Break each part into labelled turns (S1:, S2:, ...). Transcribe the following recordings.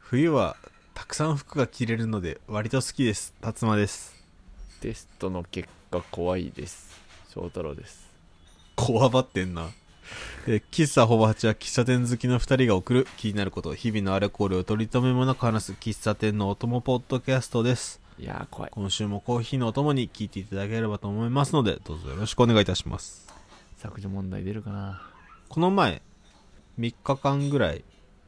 S1: 冬はたくさん服が着れるので割と好きです辰馬です
S2: テストの結果怖いです翔太郎です
S1: こわばってんなで喫茶ほぼ8は喫茶店好きの2人が送る気になること日々のアルコールを取り留めもなく話す喫茶店のお供ポッドキャストです
S2: いやー怖い
S1: 今週もコーヒーのお供に聞いていただければと思いますのでどうぞよろしくお願いいたします
S2: 削除問題出るかな
S1: この前3日間ぐらい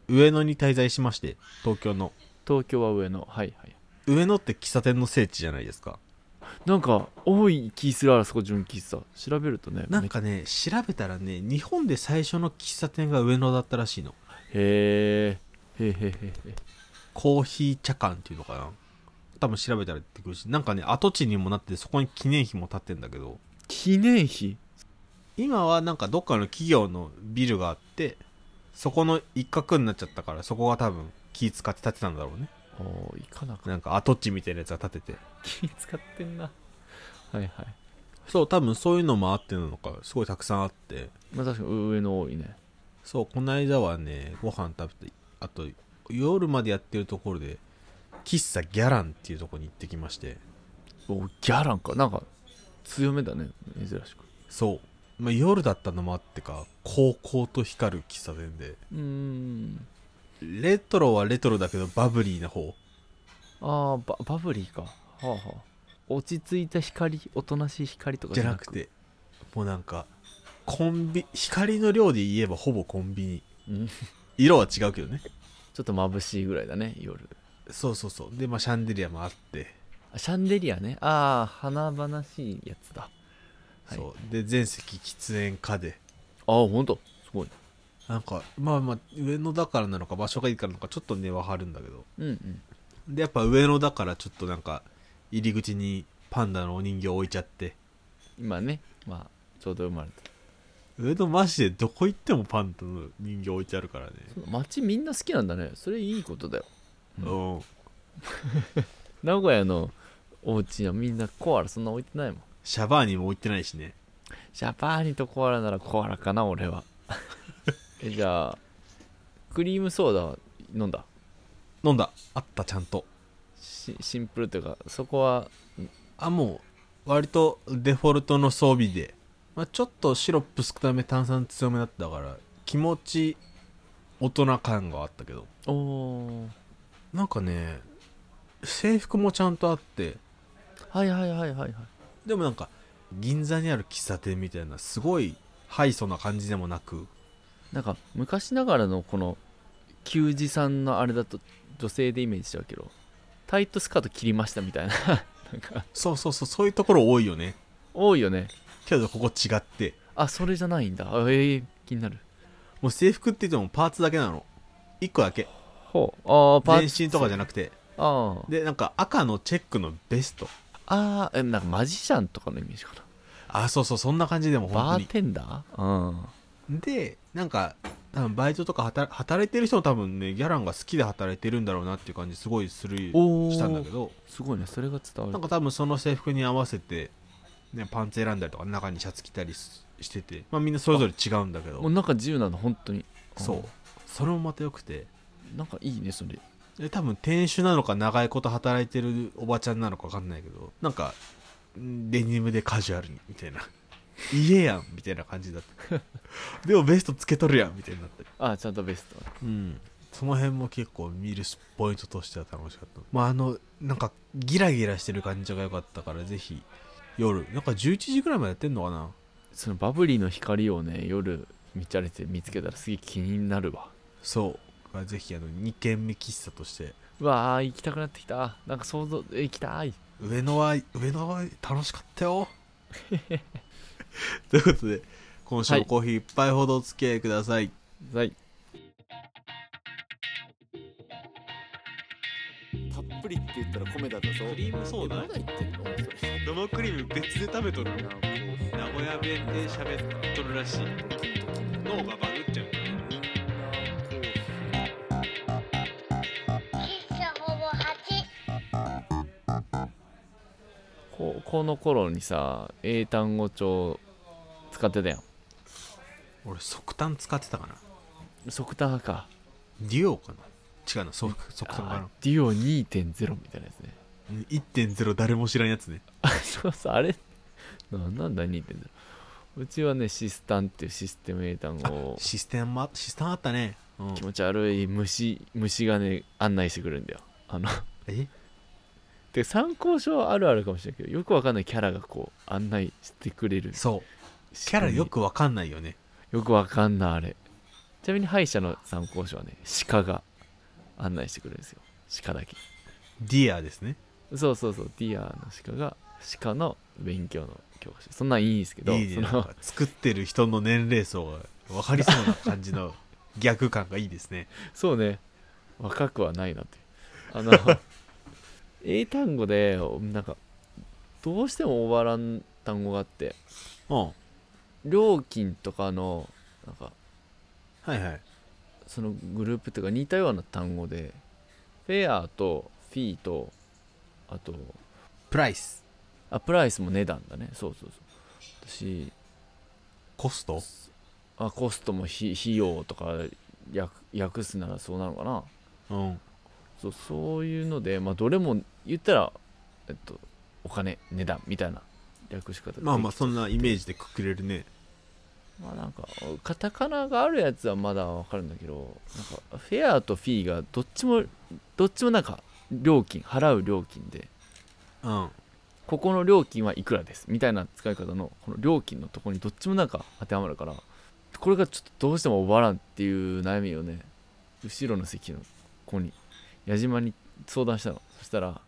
S1: 上野に滞在しまして東京の
S2: 東京は上のはいはい
S1: 上野って喫茶店の聖地じゃないですか
S2: なんか多い気するあらそこ純喫茶調べるとね
S1: なん
S2: めっ
S1: かね調べたらね日本で最初の喫茶店が上野だったらしいの
S2: へーへーへーへーへ
S1: コーヒー茶館っていうのかな多分調べたら出てくるしなんかね跡地にもなってそこに記念碑も立ってんだけど
S2: ー記念碑
S1: 今はなんかどっかの企業のビルがあってそこの一角になっちゃったからそこが多分気使って建てたんだろうね
S2: おー行かなか
S1: なんか跡地みたいなやつが建てて
S2: 気使ってんなはいはい
S1: そう多分そういうのもあってなのかすごいたくさんあって
S2: まあ確かに上の多いね
S1: そうこの間はねご飯食べてあと夜までやってるところで喫茶ギャランっていうところに行ってきまして
S2: おーギャランかなんか強めだね珍しく
S1: そう、まあ、夜だったのもあってか高校と光る喫茶店で
S2: うーん
S1: レトロはレトロだけどバブリーな方
S2: ああババブリーかはあはあ落ち着いた光おとなしい光とか
S1: じゃなくてもうなんかコンビ光の量で言えばほぼコンビニ
S2: うん
S1: 色は違うけ どね
S2: ちょっと眩しいぐらいだね夜
S1: そうそうそうでまあシャンデリアもあって、
S2: あシャンデリアねああ華々しいやつだはい
S1: そうで全席喫煙家で
S2: ああほんとすごい
S1: なんかまあまあ上野だからなのか場所がいいからなのかちょっと値は張るんだけど
S2: うんうん
S1: でやっぱ上野だからちょっとなんか入り口にパンダのお人形置いちゃって
S2: 今ねまあちょうど生まれた
S1: 上野マジでどこ行ってもパンダの人形置いてあるからね
S2: 街みんな好きなんだねそれいいことだよ
S1: う、
S2: うん名古屋のお家はみんなコアラそんな置いてないもん
S1: シャバーニも置いてないしね
S2: ジャパーニとコアラならコアラかな俺は えじゃあクリームソーダは飲んだ
S1: 飲んだあったちゃんと
S2: しシンプルというかそこは
S1: あもう割とデフォルトの装備で、まあ、ちょっとシロップ少なめ炭酸強めだったから気持ち大人感があったけど
S2: おお
S1: なんかね制服もちゃんとあって
S2: はいはいはいはいはい
S1: でもなんか銀座にある喫茶店みたいなすごいハイソな感じでもなく
S2: なんか昔ながらのこの給仕さんのあれだと女性でイメージしちゃうけどタイトスカート切りましたみたいな なんか
S1: そうそうそうそういうところ多いよね
S2: 多いよね
S1: けどここ違って
S2: あそれじゃないんだあええ気になる
S1: もう制服って言ってもパーツだけなの1個だけ
S2: ほうああパー
S1: 全
S2: ツ
S1: 身とかじゃなくて
S2: あー
S1: でなんか赤のチェックのベスト
S2: あーえなんかマジシャンとかのイメージかな
S1: あそうそうそんな感じでも本当
S2: バ
S1: に
S2: ーテンダーうん
S1: でなんか多分バイトとか働働いてる人も多分ねギャランが好きで働いてるんだろうなっていう感じすごいする
S2: おー
S1: したんだけど
S2: すごいねそれが伝わ
S1: なんか
S2: る
S1: 多分その制服に合わせて、ね、パンツ選んだりとか中にシャツ着たりししてて、まあ、みんなそれぞれ違うんだけ
S2: もう
S1: ど
S2: なんか自由なの本当に
S1: そうそれもまた良くて
S2: うんなんかいいねそれ
S1: で多分店主なのか長いこと働いてるおばちゃんなのか分かんないけどなんかんデニムでカジュアルにみたいな 家やんみたいな感じだった でもベストつけとるやんみたいになって
S2: あちゃんとベスト
S1: うん、その辺も結構見るポイントとしては楽しかった、まあ、あのなんかギラギラしてる感じが良かったからぜひ夜なんか11時ぐらいまでやってんのかな
S2: そのバブリーの光をね夜見ちゃれて見つけたらすげえ気になるわ
S1: そうぜひあの2軒目喫茶として
S2: うわー行きたくなってきたなんか想像え行きたい
S1: 上野は上野は楽しかったよ ということで今週もコーヒー一杯ほどお付き合いください、
S2: はい
S3: たっぷりって言ったら米だったぞ
S1: クリームソーダ
S3: えまだ言ってんのそれ
S1: 生クリーム別で食べとる名古屋弁で喋っとるらしい脳がバグっちゃう
S4: 喫茶ほぼ8。
S2: ここの頃にさ英単語帳使ってたやん
S1: 俺即端使ってたかな
S2: 即単派か
S1: デュオかな違うなそ速感か
S2: あ
S1: な
S2: デュオ2.0みたいなやつね
S1: うん1.0誰も知らんやつね
S2: あそうそうあれなんなんだ2.0うちはねシスタンっていうシステム英単語を
S1: システムあシステムあったね、うん
S2: 気、持ち悪い虫虫がね案内してくるんだよあの
S1: え
S2: で参考書あるあるかもしれないけどよくわかんないキャラがこう案内してくれる
S1: そうキャラよくわかんないよね
S2: よくわかんないあれちなみに歯医者の参考書はね鹿が案内してくれるんですよ鹿だけ
S1: ディアですね
S2: そうそうそうディアの鹿が鹿の勉強の教科書そんなんいいんですけど
S1: いいね
S2: そ
S1: なん
S2: の
S1: か作ってる人の年齢層が分かりそうな感じ の逆感がいいですね
S2: そうね若くはないなって あの英単語でなんかどうしても終わらん単語があって
S1: うんは
S2: 料金とかのなんか
S1: いはい
S2: そのグループというか似たような単語でフェアとフィーとあと
S1: プライス
S2: あプライスも値段だねそうそうそう私
S1: コスト
S2: あコストも費費用とか訳訳すならそうなのかな
S1: うん
S2: そうそういうのでまあどれも言ったらえっとお金値段みたいな略し方
S1: まあまあ
S2: で
S1: そんなイメージでくくれるね
S2: まあなんかカタカナがあるやつはまだわかるんだけどなんかフェアとフィーがどっちもどっちもなんか料金払う料金で
S1: うん
S2: ここの料金はいくらですみたいな使い方のこの料金のとこにどっちもなんか当てはまるからこれがちょっとどうしても終わらんっていう悩みをね後ろの席の子に矢島に相談したのそしたら あ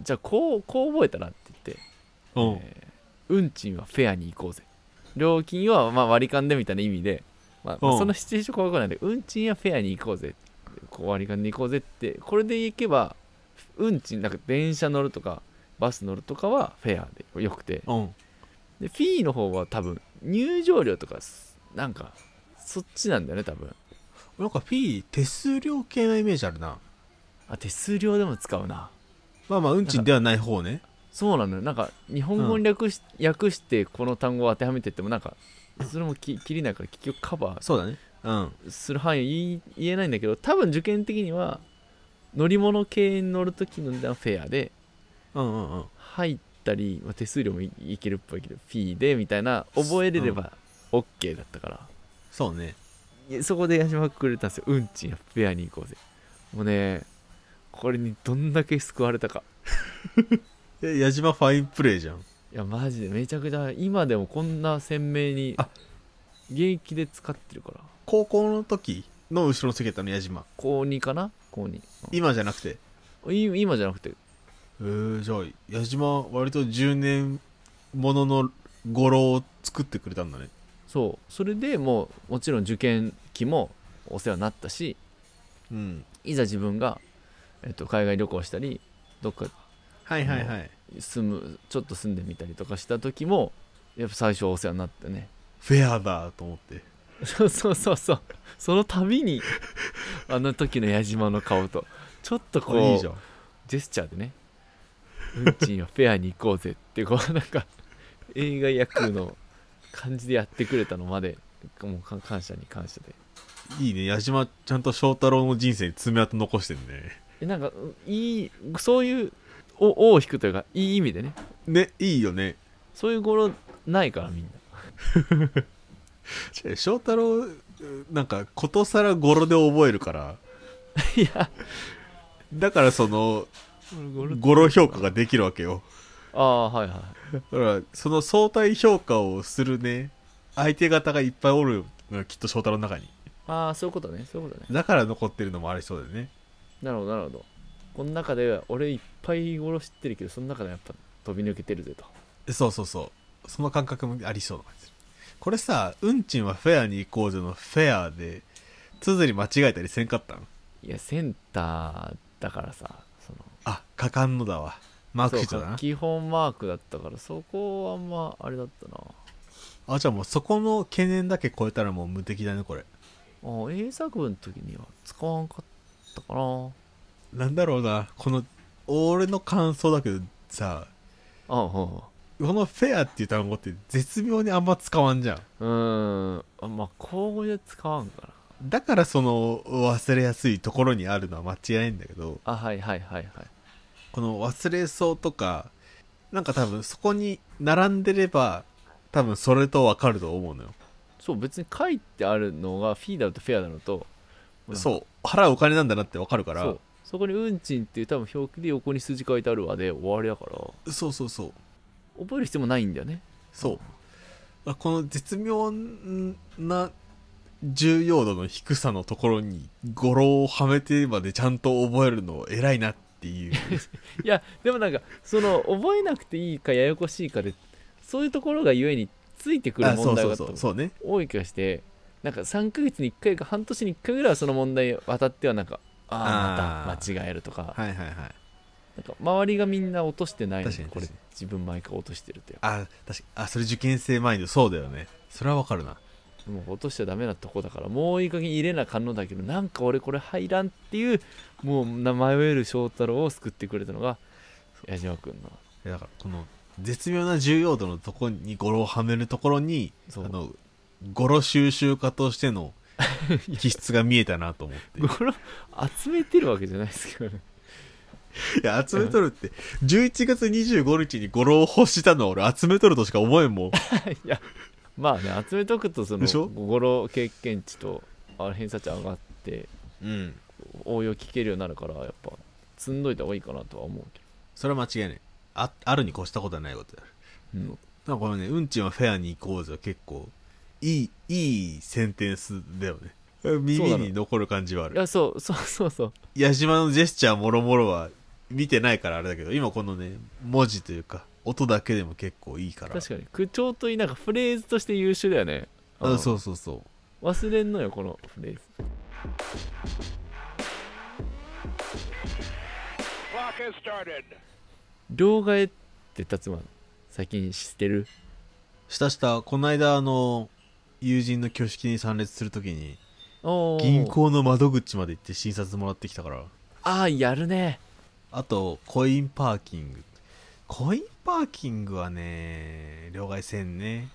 S2: じゃあこうこう覚えたらって言っ
S1: う
S2: て、
S1: ん
S2: えー運賃はフェアに行こうぜ料金はまあ割り勘でみたいな意味で、まあまあ
S1: うん
S2: そのシチュエーション怖くないんで運賃はフェアに行こうぜこう割り勘で行こうぜってこれで行けば運賃なんか電車乗るとかバス乗るとかはフェアでよくて
S1: うん
S2: でフィーの方は多分入場料とかすなんかそっちなんだよね多分
S1: なんか P 手数料系なイメージあるな
S2: あ手数料でも使うな
S1: まあまあ運賃ではない方ね
S2: そうなのよなんか日本語に略し,、訳してこの単語を当てはめてってもなんかそれもき切りないから結局カバ
S1: そうだねうん
S2: ーする範囲言い言えないんだけど多分受験的には乗り物系に乗る時の値段フェアで
S1: うんうんうん
S2: 入ったり、まあ、手数料もいいけるっぽいけどフィーでみたいな覚えれれば OK だったから、
S1: そうね
S2: いやそこで矢島くれたんですよ運賃やフェアに行こうぜもうねこれにどんだけ救われたか
S1: え矢島ファインプレーじゃん
S2: いやマジでめちゃくちゃ今でもこんな鮮明に
S1: あ
S2: 現役で使ってるから
S1: 高校の時の後ろの席だったの矢島
S2: 高2かな高2、
S1: 今じゃなくてへ
S2: うんい今じゃなくて
S1: えじゃあ矢島割と10年ものの語呂を作ってくれたんだね
S2: そうそれでもうもちろん受験期もお世話になったし
S1: うん
S2: いざ自分が、えっと、海外旅行したりどっか
S1: はいはいはい
S2: 住むちょっと住んでみたりとかした時もやっぱ最初はお世話になってね
S1: フェアだと思って
S2: そうそうそうそうその度にあの時の矢島の顔とちょっとこ
S1: こ
S2: う
S1: れいいじゃん
S2: ジェスチャーでね運賃はフェアに行こうぜってこうなん か映画役の感じでやってくれたのまでもうか感謝に感謝で
S1: いいね矢島ちゃんと翔太郎の人生に爪痕残してるね
S2: えなんかうんいいそういうお尾を引くというかいい意味でね
S1: ねいいよね
S2: そういう語呂ないからみんな
S1: 違う翔太郎なんかことさら語呂で覚える から
S2: いや
S1: だからその
S2: 語呂
S1: 語呂評価ができるわけよ
S2: ああはいはい
S1: だからその相対評価をするね相手方がいっぱいおるのよきっと翔太郎の中に
S2: ああそういうことねそういうことね
S1: だから残ってるのもありそうだよね
S2: なるほどなるほどこの中で俺いっぱい語呂知ってるけどその中でやっぱ飛び抜けてるぜと
S1: そうそうそうその感覚もありそうな感じこれさ運賃はフェアに行こうぜのフェアで綴り間違えたりせんかったん
S2: いやセンターだからさその
S1: あかかんのだわマークシー
S2: そ
S1: ト
S2: う
S1: だ
S2: か
S1: な
S2: 基本マークだったからそこはあんまあれだったな
S1: あじゃあもうそこの懸念だけ超えたらもう無敵だねこれ
S2: あ英作文の時には使わんかったかな
S1: なんだろうなこの俺の感想だけどさ
S2: あうん
S1: このフェアっていう単語って絶妙にあんま使わんじゃん
S2: うんうんあまあ口語で使わんかな
S1: だからその忘れやすいところにあるのは間違いないんだけど
S2: あはいはいはいはい
S1: この忘れそうとかなんか多分そこに並んでれば多分それと分かると思うのよ
S2: そう別に書いてあるのがフィーだろうとフェアだろうとうん
S1: そう払うお金なんだなって分かるから
S2: そうそこに「運賃」っていう多分表記で横に数字書いてあるわで終わりだから
S1: そうそうそう
S2: 覚える必要もないんだよね
S1: そうあこの絶妙な重要度の低さのところに語呂をはめてまでちゃんと覚えるの偉いなっていう
S2: いやでもなんかその覚えなくていいかややこしいかでそういうところがゆえについてく る
S1: あそ
S2: 問
S1: う
S2: 題
S1: そ
S2: が
S1: うそうそうね
S2: 多い気がしてなんか3ヶ月に1回か半年に1回ぐらいはその問題に渡ってはなんかああ
S1: あー
S2: また間違えると
S1: は
S2: か
S1: いはいはい
S2: なんか周りがみんな落としてないのに
S1: 確か
S2: こ
S1: に
S2: れ
S1: 確かに
S2: 自分毎回落としてるって
S1: あ確かあそれ受験生マインドそうだよねそれは分かるな
S2: もう落としちゃダメなとこだからもういい加減入れなかんのだけどなんか俺これ入らんっていうもうな迷える翔太郎を救ってくれたのが矢島君の
S1: いやだからこの絶妙な重要度のとこに語呂をはめるところにあ
S2: そう
S1: の語呂収集家として の気質が見えたなと思 って
S2: これ集めてるわけじゃないですけどね
S1: いや、集めとるって、11月25日に語呂を欲したのは俺集めとるとしか思えんもん。
S2: いやまあね集めとくとその
S1: でしょ
S2: 語呂経験値とあれ偏差値上がって
S1: うん。
S2: 応用聞けるようになるからやっぱ積んどいた方がいいかなとは思うけ
S1: それは間違いない。あ、あるに越したことはないことだ。
S2: ど、うん、
S1: なんかこのね、うんちんはフェアに行こうぜは結構、いい、いいセンテンスだよね。耳に残る感じはあ
S2: い
S1: る。
S2: やそうそうそうそう
S1: 矢島のジェスチャーもろもろは見てないからあれだけど、今このね、文字というか、音だけでも結構いいから。
S2: 確かに口調といいなんかフレーズとして優秀だよね
S1: うん、
S2: う
S1: そうそうそう。
S2: 忘れんのよこのフレーズ
S4: Clock has started.
S2: 両替って立馬最近知ってる
S1: したした、この間あの、友人の挙式に参列するときに、
S2: おー
S1: 銀行の窓口まで行って診察もらってきたから
S2: ああやるね
S1: あとコインパーキングコインパーキングはね両替せんね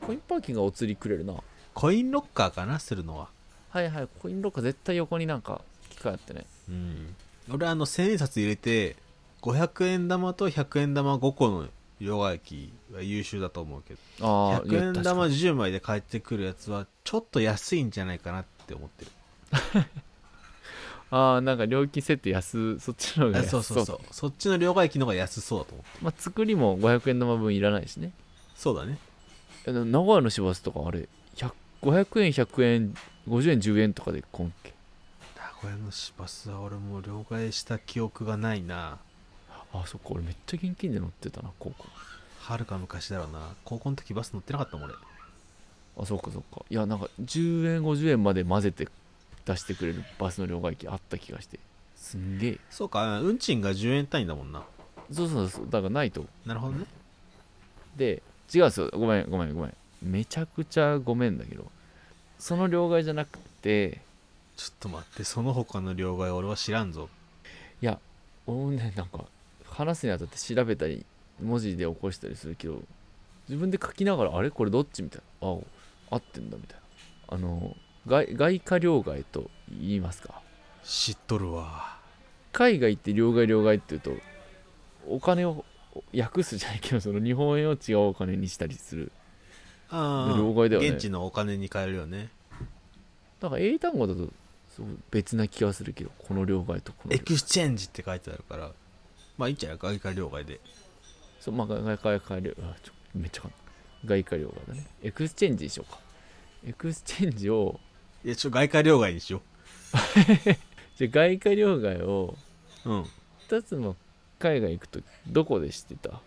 S2: コインパーキングがお釣りくれるな
S1: コインロッカーかなするのは
S2: はいはいコインロッカー絶対横になんか機械あってね
S1: うん俺あの千円札入れて500円玉と100円玉5個の両替機は優秀だと思うけど
S2: ああ
S1: 100円玉10枚で返ってくるやつはちょっと安いんじゃないかなって思ってる
S2: ああなんか料金設定安そっちの方が
S1: あ
S2: 安
S1: そうそうそうそっちの両替機の方が安そうだと思って
S2: まあ、作りも500円玉分いらないしね
S1: そうだね
S2: えな名古屋の市バスとかあれ100 500円100円50円10円とかで今季
S1: 名古屋の市バスは俺もう両替した記憶がないな
S2: あそっか俺めっちゃ現金で乗ってたな高校
S1: はるか昔だろうな高校の時バス乗ってなかったもん俺
S2: あそっかそっかいやなんか10円50円まで混ぜて出してくれるバスの両替機あった気がしてすんげえ
S1: そうか運賃が10円単位だもんな
S2: そうそうそうだからないと
S1: なるほどね
S2: で違うんですよごめんごめんごめんめちゃくちゃごめんだけどその両替じゃなくて
S1: ちょっと待ってその他の両替俺は知らんぞ
S2: 俺もねなんか話すにあたって調べたり文字で起こしたりするけど自分で書きながらあれこれどっちみたいなあ合ってんだみたいなあの外外貨両替と言いますか
S1: 知っとるわ
S2: 海外って両替両替っていうとお金を訳すじゃないけどその日本円を違うお金にしたりする
S1: ああ
S2: 両替だよね
S1: 現地のお金に換えるよね
S2: だから英単語だとそう別な気がするけどこの両替とこの
S1: エ
S2: 両
S1: ク
S2: 替
S1: スチェンジって書いてあるからまあいいんじゃない外貨両替で
S2: そうまあ外貨外貨両あちょめっちゃかん外貨両替だねエクスチェンジにしようかエクスチェンジを
S1: いやちょ外貨両替にしよ
S2: じゃあ外貨両替を
S1: ううん
S2: 2つの海外行くとどこでしてた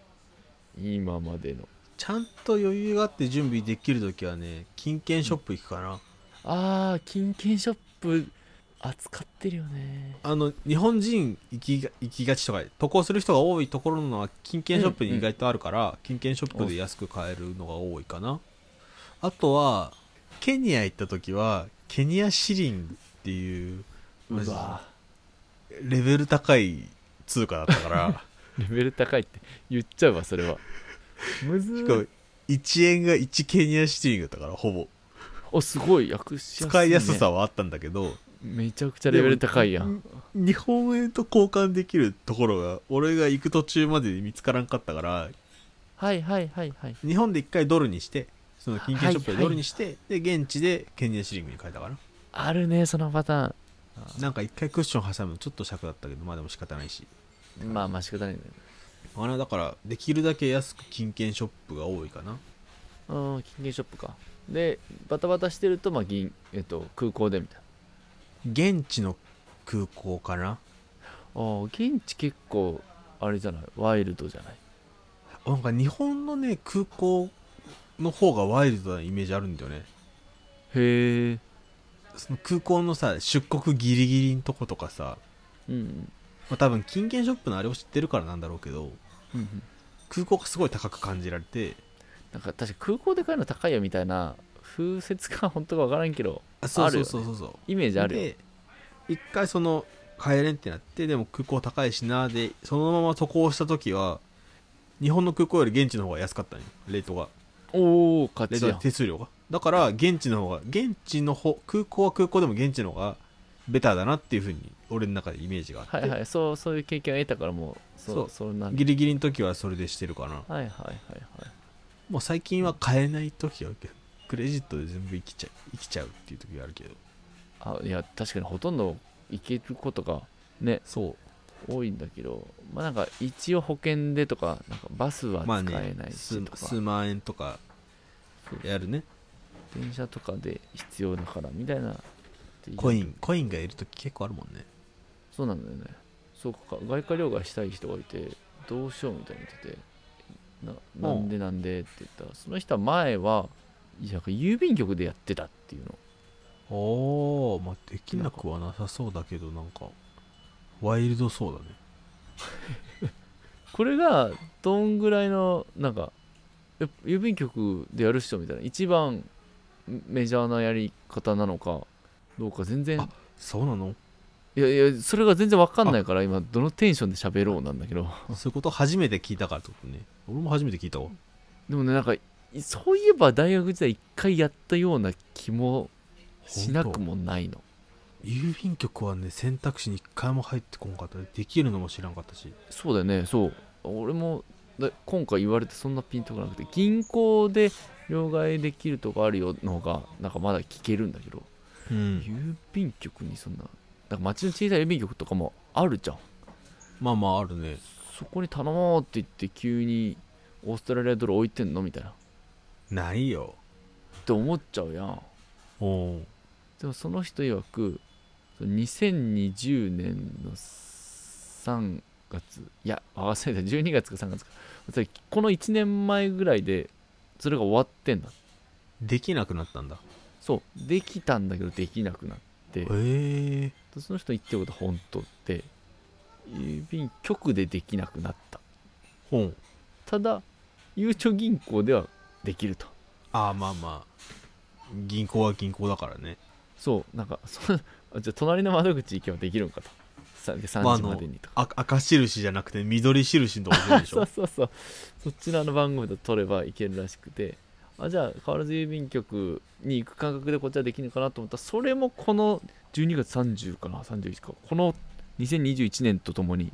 S2: 今までの
S1: ちゃんと余裕があって準備できる時はね金券ショップ行くかな、
S2: あー金券ショップ扱ってるよね
S1: あの日本人行きが行きがちとか渡航する人が多いところのは金券ショップに意外とあるから、金券ショップで安く買えるのが多いかなあとはケニア行った時はケニアシリングっていうマジ
S2: うわ
S1: レベル高い通貨だったから
S2: レベル高いって言っちゃうわそれはむず
S1: し
S2: ー
S1: かも1円が1ケニアシリングだったからほぼ
S2: おすごい訳しやすい、ね、
S1: 使いやすさはあったんだけど
S2: めちゃくちゃレベル高いやん
S1: 日本円と交換できるところが俺が行く途中までに見つからんかったから
S2: はいはいはいはい
S1: 日本で一回ドルにしてその金券ショップでドルにして、で現地でケニアシリングに変えたかな
S2: あるねそのパターン
S1: なんか一回クッション挟むのちょっと尺だったけどまあでも仕方ないし
S2: まあまあ仕方ないね
S1: あれだからできるだけ安く金券ショップが多いかな
S2: うん金券ショップかでバタバタしてるとまあ銀えっと空港でみたいな
S1: 現地の空港かな
S2: ああ現地結構あれじゃないワイルドじゃない
S1: なんか日本のね空港の方がワイルドなイメージあるんだよね
S2: へえ
S1: その空港のさ出国ギリギリのとことかさ、
S2: うん
S1: まあ、多分金券ショップのあれを知ってるからなんだろうけど
S2: うんうん
S1: 空港がすごい高く感じられて
S2: なんか確か空港で買うの高いよみたいな風説か本当か分からんけど
S1: あそう
S2: ある
S1: そ
S2: よ
S1: うそ
S2: ね
S1: うそうそう
S2: イメージあるよ
S1: で一回その帰れんってなってでも空港高いしなでそのまま渡航した時は日本の空港より現地の方が安かったねレートが
S2: おお勝
S1: レー
S2: ち
S1: ト
S2: や
S1: が
S2: ん
S1: 手数料がだから現地の方が現地の方空港は空港でも現地の方がベターだなっていうふうに俺の中でイメージがあって、
S2: はいはいそうそういう経験を得たからもうそう
S1: そ
S2: そううなんだ
S1: ギリギリの時はそれでしてるかな
S2: はいはいはいはい
S1: もう最近は買えない時があるけどクレジットで全部生きちゃう生きちゃうっていう時があるけど
S2: あいや確かにほとんど行けることがね
S1: そう
S2: 多いんだけどまあなんか一応保険でとかなんかバスは
S1: まあ
S2: 使え
S1: ね
S2: ないし
S1: 数
S2: とか、
S1: 数万円とかやるね
S2: 電車とかで必要だからみたいなっていう
S1: コインコインがいる時結構あるもんね
S2: そうなんだよねそうか外貨両替したい人がいてどうしようみたいに言っててななんでなんでって言ったらその人は前はいやなんか郵便局でやってたっていうの
S1: おおまあできなくはなさそうだけどなんかワイルドそうだね
S2: これがどんぐらいのなんかえ郵便局でやる人みたいな一番メジャーなやり方なのかどうか全然
S1: あそうなの
S2: いやいやそれが全然わかんないから今どのテンションで喋ろうなんだけど
S1: そういうこと初めて聞いたからってことね俺も初めて聞いたわ
S2: でもねなんかいそういえば大学時代一回やったような気もしなくもないの
S1: 郵便局はね選択肢に一回も入ってこなかったできるのも知らんかったし
S2: そうだよねそう俺もだ今回言われてそんなピンとこなくて銀行で両替できるとこあるよの方がなんかまだ聞けるんだけど
S1: うん
S2: 郵便局にそんななんか町の小さい郵便局とかもあるじゃん
S1: まあまああるね
S2: そこに頼もうって言って急にオーストラリアドル置いてんのみたいなっ
S1: ないよ
S2: て思っちゃうやん
S1: おお
S2: でもその人曰くその2020年の3月いや合わせた12月か3月かそれこの1年前ぐらいでそれが終わってんだ
S1: できなくなったんだ
S2: そうできたんだけどできなくなって
S1: へえ
S2: その人言ってることは本当って郵便局でできなくなった
S1: 本
S2: ただゆうちょ銀行ではできると
S1: ああまあまあ銀行は銀行だからね
S2: そうなんか そじゃあ隣の窓口行けばできるんかとさ
S1: まああ
S2: 3時
S1: の
S2: までにとか、
S1: あ赤印じゃなくて緑印のとこ出るでし
S2: そう
S1: ょ
S2: そうそうそっちらの番号で取ればいけるらしくてあじゃあ変わらず郵便局に行く感覚でこっちはできるのかなと思ったらそれもこの12月30かな31かこの2021年とともに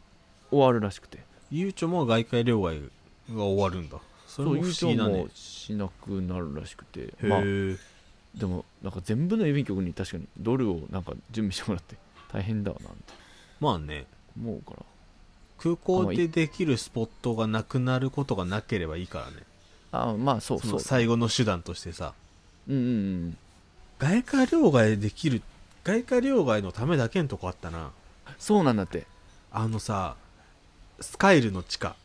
S2: 終わるらしくて
S1: ゆうちょも外貨両替が終わるんだそれ
S2: そ
S1: も
S2: う
S1: 不
S2: 優
S1: 思
S2: 勝
S1: 議だ
S2: も
S1: ね
S2: しなくなるらしくて
S1: へえ、
S2: まあでもなんか全部の郵便局に確かにドルをなんか準備してもらって大変だわなみたい
S1: まあね
S2: な思うから
S1: 空港でできるスポットがなくなることがなければいいからね
S2: あまあそう
S1: そ
S2: そう
S1: の最後の手段としてさ
S2: うんうんうん
S1: 外貨両替できる外貨両替のためだけのとこあったな
S2: そうなんだって
S1: あのさスカイルの地下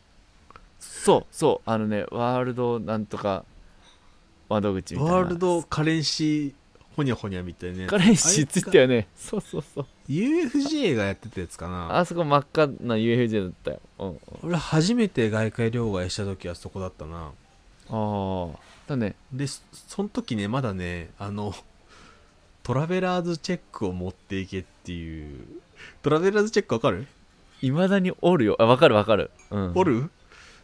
S2: そうそうあのねワールドなんとか窓口みたいな
S1: ワールドカレンシーほにゃほにゃみたいなやつ
S2: カレンシーついた
S1: あれ
S2: よねそうそうそう
S1: UFJ がやってたやつかな
S2: あそこ真っ赤な UFJ だったよ、うんうん、
S1: 俺初めて外貨両替した時はそこだったな
S2: ああだね
S1: でそその時ねまだねあのトラベラーズチェックを持っていけっていうトラベラーズチェックわかる、
S2: いまだにおるよあわかるわかる、うん、
S1: おる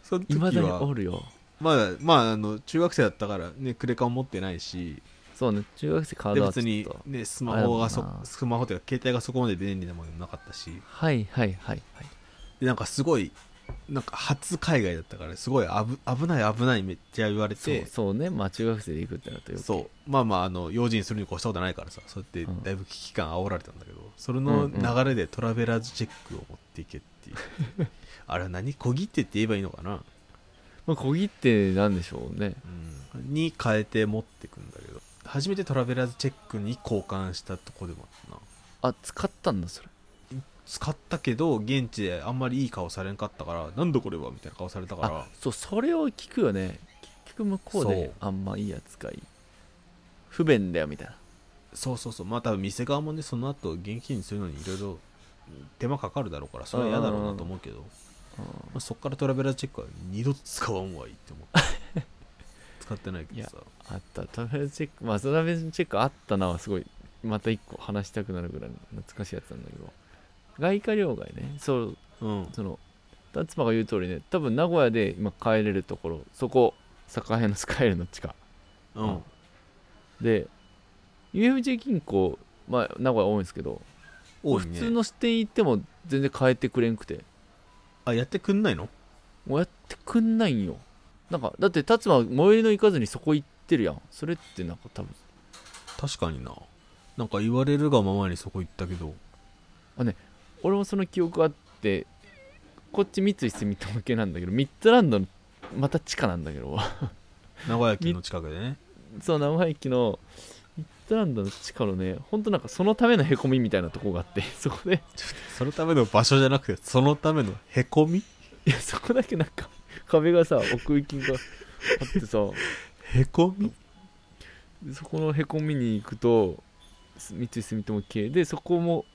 S1: その時
S2: いまだにお
S1: は
S2: るよ
S1: まあまああの中学生だったからねクレカを持ってないし
S2: そうね中学生カー
S1: で
S2: ドは
S1: 別
S2: ち
S1: に
S2: ょっと、
S1: ね、スマホが
S2: あ
S1: そ
S2: れだもんな
S1: スマホというか携帯がそこまで便利なものでもなかったし
S2: はいはいはいはい
S1: でなんかすごいなんか初海外だったからすごい危危ない危ないめっちゃ言われ
S2: そう
S1: て
S2: そうねまあ中学生で行くってなるとよく
S1: そうまあまああの用心するに越したことないからさそうやって
S2: うん
S1: だいぶ危機感煽られたんだけど、それの流れでトラベラーズチェックを持っていけって いう、あれは何小切手って言えばいいのかな、
S2: まあ小切手なんでしょうね
S1: に変えて持ってくんだけど初めてトラベラーズチェックに交換したとこでもあったな
S2: あ使ったんだそれ
S1: 使ったけど現地であんまりいい顔されんかったからなんだこれはみたいな顔されたから
S2: あそうそれを聞くよね結局向こう
S1: そう
S2: であんまいい扱い不便だよみたいな
S1: そうそうそうまあ多分店側もねその後現金にするのにいろいろ手間かかるだろうからそれは嫌だろうなと思うけど、
S2: うん
S1: まあ、そっからトラベラーチェックは二度と使わんわいい って思って使ってないけどさ
S2: あったトラベルチェックまあトラベルチェックあったなはすごいまた一個話したくなるぐらいの懐かしいやつなんだけど外貨両替ねそう
S1: うん
S2: その達馬が言う通りね多分名古屋で今帰れるところそこ境のスカイルの地下
S1: うん
S2: で UFJ 銀行まあ名古屋多いんですけど、
S1: 多い
S2: 普通
S1: ね
S2: の支店行っても全然変えてくれんくて
S1: あやってくんないの
S2: もうやってくんないんよなんかだって達馬は最寄りの行かずにそこ行ってるやんそれってなんか多分
S1: 確かにななんか言われるがままにそこ行ったけど
S2: 俺もその記憶あってこっち三井住友系なんだけどミッドランドのまた地下なんだけど
S1: 名古屋駅の近くでね
S2: そう名古屋駅のミッドランドの地下のねほんとなんかそのためのへこみみたいなとこがあってそこで
S1: そのための場所じゃなくてそのためのへこみ
S2: いやそこだけなんか壁がさ奥行きがあってさ
S1: へこみ
S2: でそこのへこみに行くとす三井住友系でそこも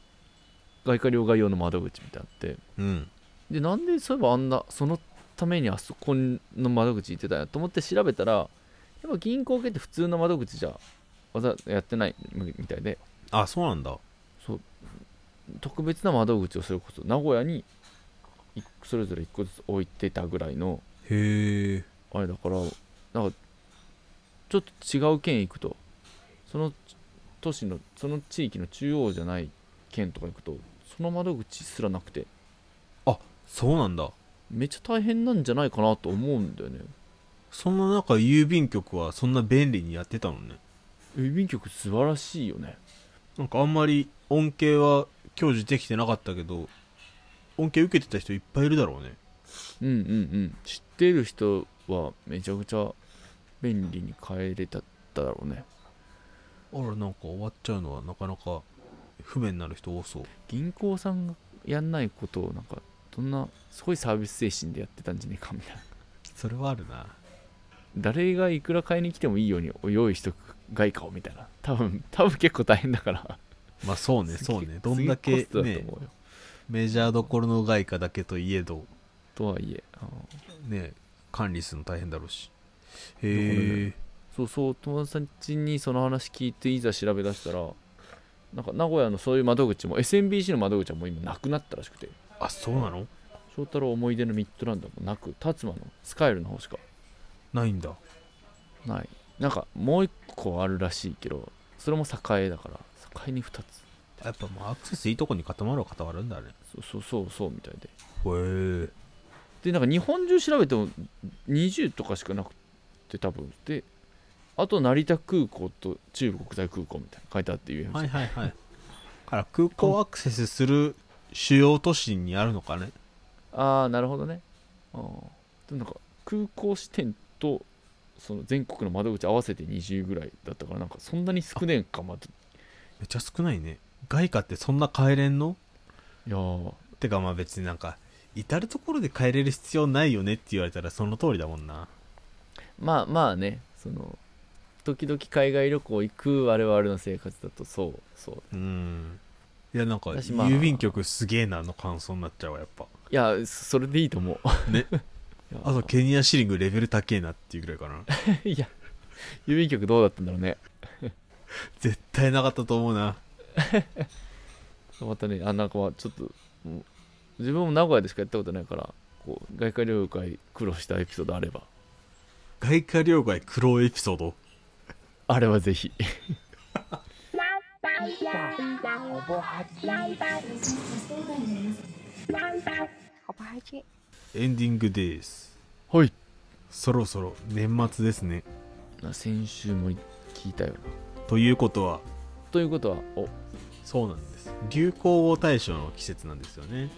S2: 外貨両替用の窓口みたいなのあって
S1: うん
S2: でなんでそういえばあんなそのためにあそこの窓口行ってたんやと思って調べたらやっぱ銀行系って普通の窓口じゃわざやってないみみたいで
S1: あそうなんだ
S2: 特別な窓口をそれこそ名古屋にいそれぞれ1個ずつ置いてたぐらいの
S1: へえ
S2: あれだからなんかちょっと違う県行くとその都市のその地域の中央じゃない県とか行くとその窓口すらなくて
S1: そうなんだ
S2: めっちゃ大変なんじゃないかなと思うんだよね
S1: そんな中郵便局はそんな便利にやってたのね
S2: 郵便局素晴らしいよね
S1: なんかあんまり恩恵は享受できてなかったけど恩恵受けてた人いっぱいいるだろうね
S2: うんうんうん知ってる人はめちゃくちゃ便利に変えれただろうね
S1: あらなんか終わっちゃうのはなかなか不便になる人多そう
S2: 銀行さんがやんないことをなんかどんなすごいサービス精神でやってたんじゃねえかみたいな
S1: それはあるな
S2: 誰がいくら買いに来てもいいように用意しとく外貨をみたいな多分多分結構大変だから
S1: まあそうねそうねどんだけ
S2: すげえコストだと
S1: ね
S2: 思うよ
S1: メジャーどころの外貨だけといえど
S2: とはいえあの
S1: ね管理するの大変だろうし
S2: へ
S1: へえ
S2: そうそう友達にその話聞いていざ調べ出したらなんか名古屋のそういう窓口も SMBC の窓口はもう今なくなったらしくて
S1: あそうなの
S2: 翔太郎思い出のミッドランドもなく達馬のスカイルの方しか
S1: ないんだ
S2: ないなんかもう一個あるらしいけどそれも栄だから栄に2つ
S1: やっぱもうアクセスいいとこに固まるは固まるんだね
S2: そうそうそうそうみたい
S1: へ
S2: で
S1: え
S2: でなんか日本中調べても20とかしかなくて多分であと成田空港と中部国際空港みたいな書いてあって言う
S1: はいはいはいだから空港アクセスする主要都市にあるのかね
S2: ああなるほどねああでもなんか空港支店とその全国の窓口合わせて20ぐらいだったからなんかそんなに少ねえんかまだ
S1: めっちゃ少ないね外貨ってそんな買えれんの
S2: いやー
S1: てかまあ別になんか至る所で買えれる必要ないよねって言われたらその通りだもんな
S2: まあまあねその時々海外旅行行く我々の生活だとそうそ
S1: う
S2: う
S1: んいやなんか
S2: 私まあ
S1: 郵便局すげえなの感想になっちゃうわやっぱ
S2: いやそれでいいと思う
S1: ね
S2: いや
S1: あとケニアシリングレベル高えなっていうぐらいかな
S2: いや郵便局どうだったんだろうね
S1: 絶対なかったと思うな
S2: またねあなんかまあちょっともう自分も名古屋でしかやったことないからこう外貨領会苦労したエピソードあれば
S1: 外貨両替苦労エピソード
S2: あれはぜ ひ
S5: 好吧，还这
S1: エンディングです
S2: はい
S1: そろそろ年末ですね
S2: な先週も聞いたよな
S1: ということは
S2: ということはおう
S1: そうなんです流行語大賞の季節なんですよね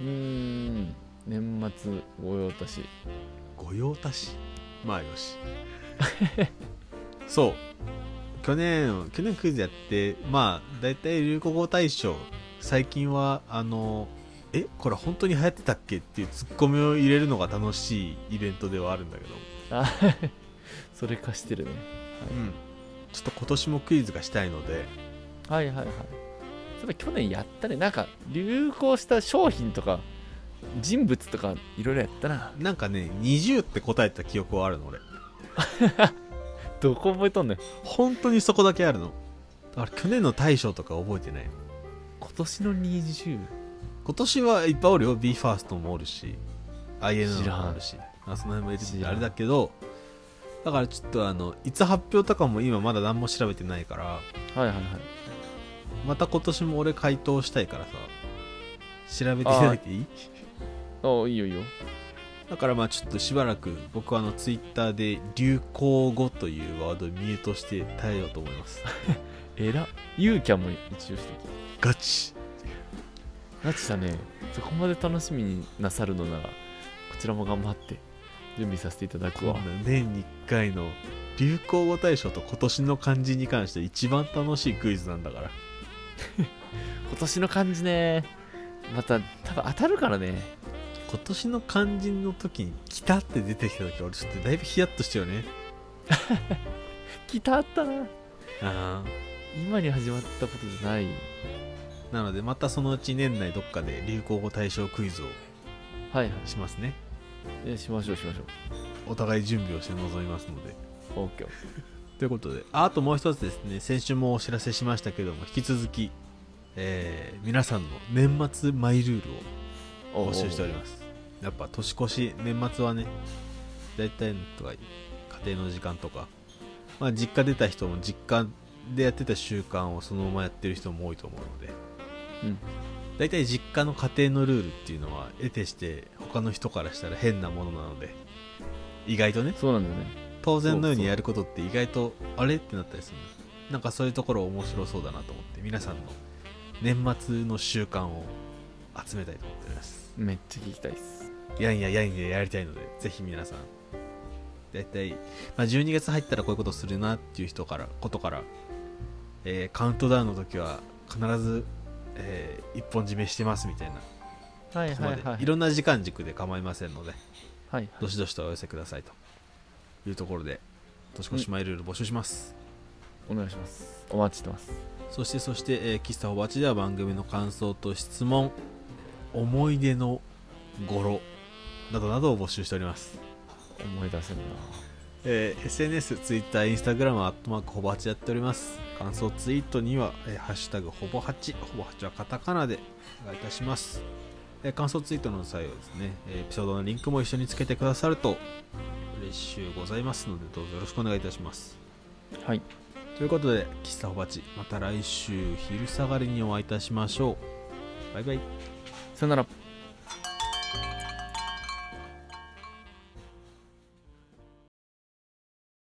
S2: ーん年末ご用達
S1: 御用達まあよしそう去年去年クイズやってまあ大体流行語大賞最近はあのえこれ本当に流行ってたっけっていうツッコミを入れるのが楽しいイベントではあるんだけど、
S2: あ それ貸してるね
S1: うん、ちょっと今年もクイズがしたいので
S2: はいはいはいそれ去年やったねなんか流行した商品とか人物とかいろいろやったな
S1: なんかね20って答えた記憶はあるの俺
S2: どこ覚えとんねん
S1: 本当にそこだけあるのだから去年の大賞とか覚えてない
S2: 今年の20
S1: 今年はいっぱいおるよ BE:FIRST もおるし INN もおるしあその辺もいる
S2: 知
S1: し
S2: らん
S1: あれだけどだからちょっとあのいつ発表とかも今まだ何も調べてないから
S2: はいはいはい
S1: また今年も俺回答したいからさ調べていただいていい
S2: あいいよいいよ
S1: だからまあちょっとしばらく僕はあのツイッターで流行語というワードをミュートして耐えようと思います
S2: えらゆうキャンも一応して
S1: ガチ
S2: きなちさんねそこまで楽しみになさるのならこちらも頑張って準備させていただく
S1: こん
S2: わ
S1: な年に1回の流行語大賞と今年の漢字に関して一番楽しいクイズなんだから
S2: 今年の感じねまた多分当たるからね
S1: 今年の漢字の時に「来た」って出てきた時俺ちょっとだいぶヒヤッとしたよね
S2: 来たあったな
S1: あ
S2: 今に始まったことじゃない
S1: あなのでまたそのうち年内どっかで流行語大賞クイズを
S2: はいはい
S1: しますね
S2: えしましょうしましょ
S1: お互い準備をして臨みますので
S2: う OK
S1: ということでああともう一つですね先週もお知らせしましたけども引き続き、えー皆さんの年末マイルールを募集しておりますやっぱ年越し年末はね大体のとか家庭の時間とかまあ実家出た人も実家でやってた習慣をそのままやってる人も多いと思うので
S2: うん
S1: 大体実家の家庭のルールっていうのは得てして他の人からしたら変なものなので意外とね
S2: そうなんだよね
S1: 当然のようにやることって意外とあれってなったりするんですなんかそういうところ面白そうだなと思って皆さんの年末の習慣を集めたいと思っております
S2: めっちゃ聞きたいっす
S1: やんややんややりたいのでぜひ皆さん大体、まあ、12月入ったらこういうことするなっていう人からことから、えーカウントダウンの時は必ず、えー一本締めしてますみたいな
S2: はい
S1: ここまでいろんな時間軸で構いませんので
S2: はい
S1: どしどしとお寄せくださいというところで年越しマイルール募集します、
S2: お願いしますお待ちしてます
S1: そしてそして、えー、喫茶おばちでは番組の感想と質問思い出の語呂などなどを募集しております、
S2: 思い出せるな
S1: えー SNS、Twitter、Instagram はアットマークほぼ8やっております感想ツイートには、えーハッシュタグほぼ8ほぼ8はカタカナでお願いいたします、えー感想ツイートの際はですね、えーエピソードのリンクも一緒につけてくださると嬉しゅうございますのでどうぞよろしくお願いいたします
S2: はい
S1: ということで喫茶おばちまた来週昼下がりにお会いいたしましょうバイバイ
S2: さよなら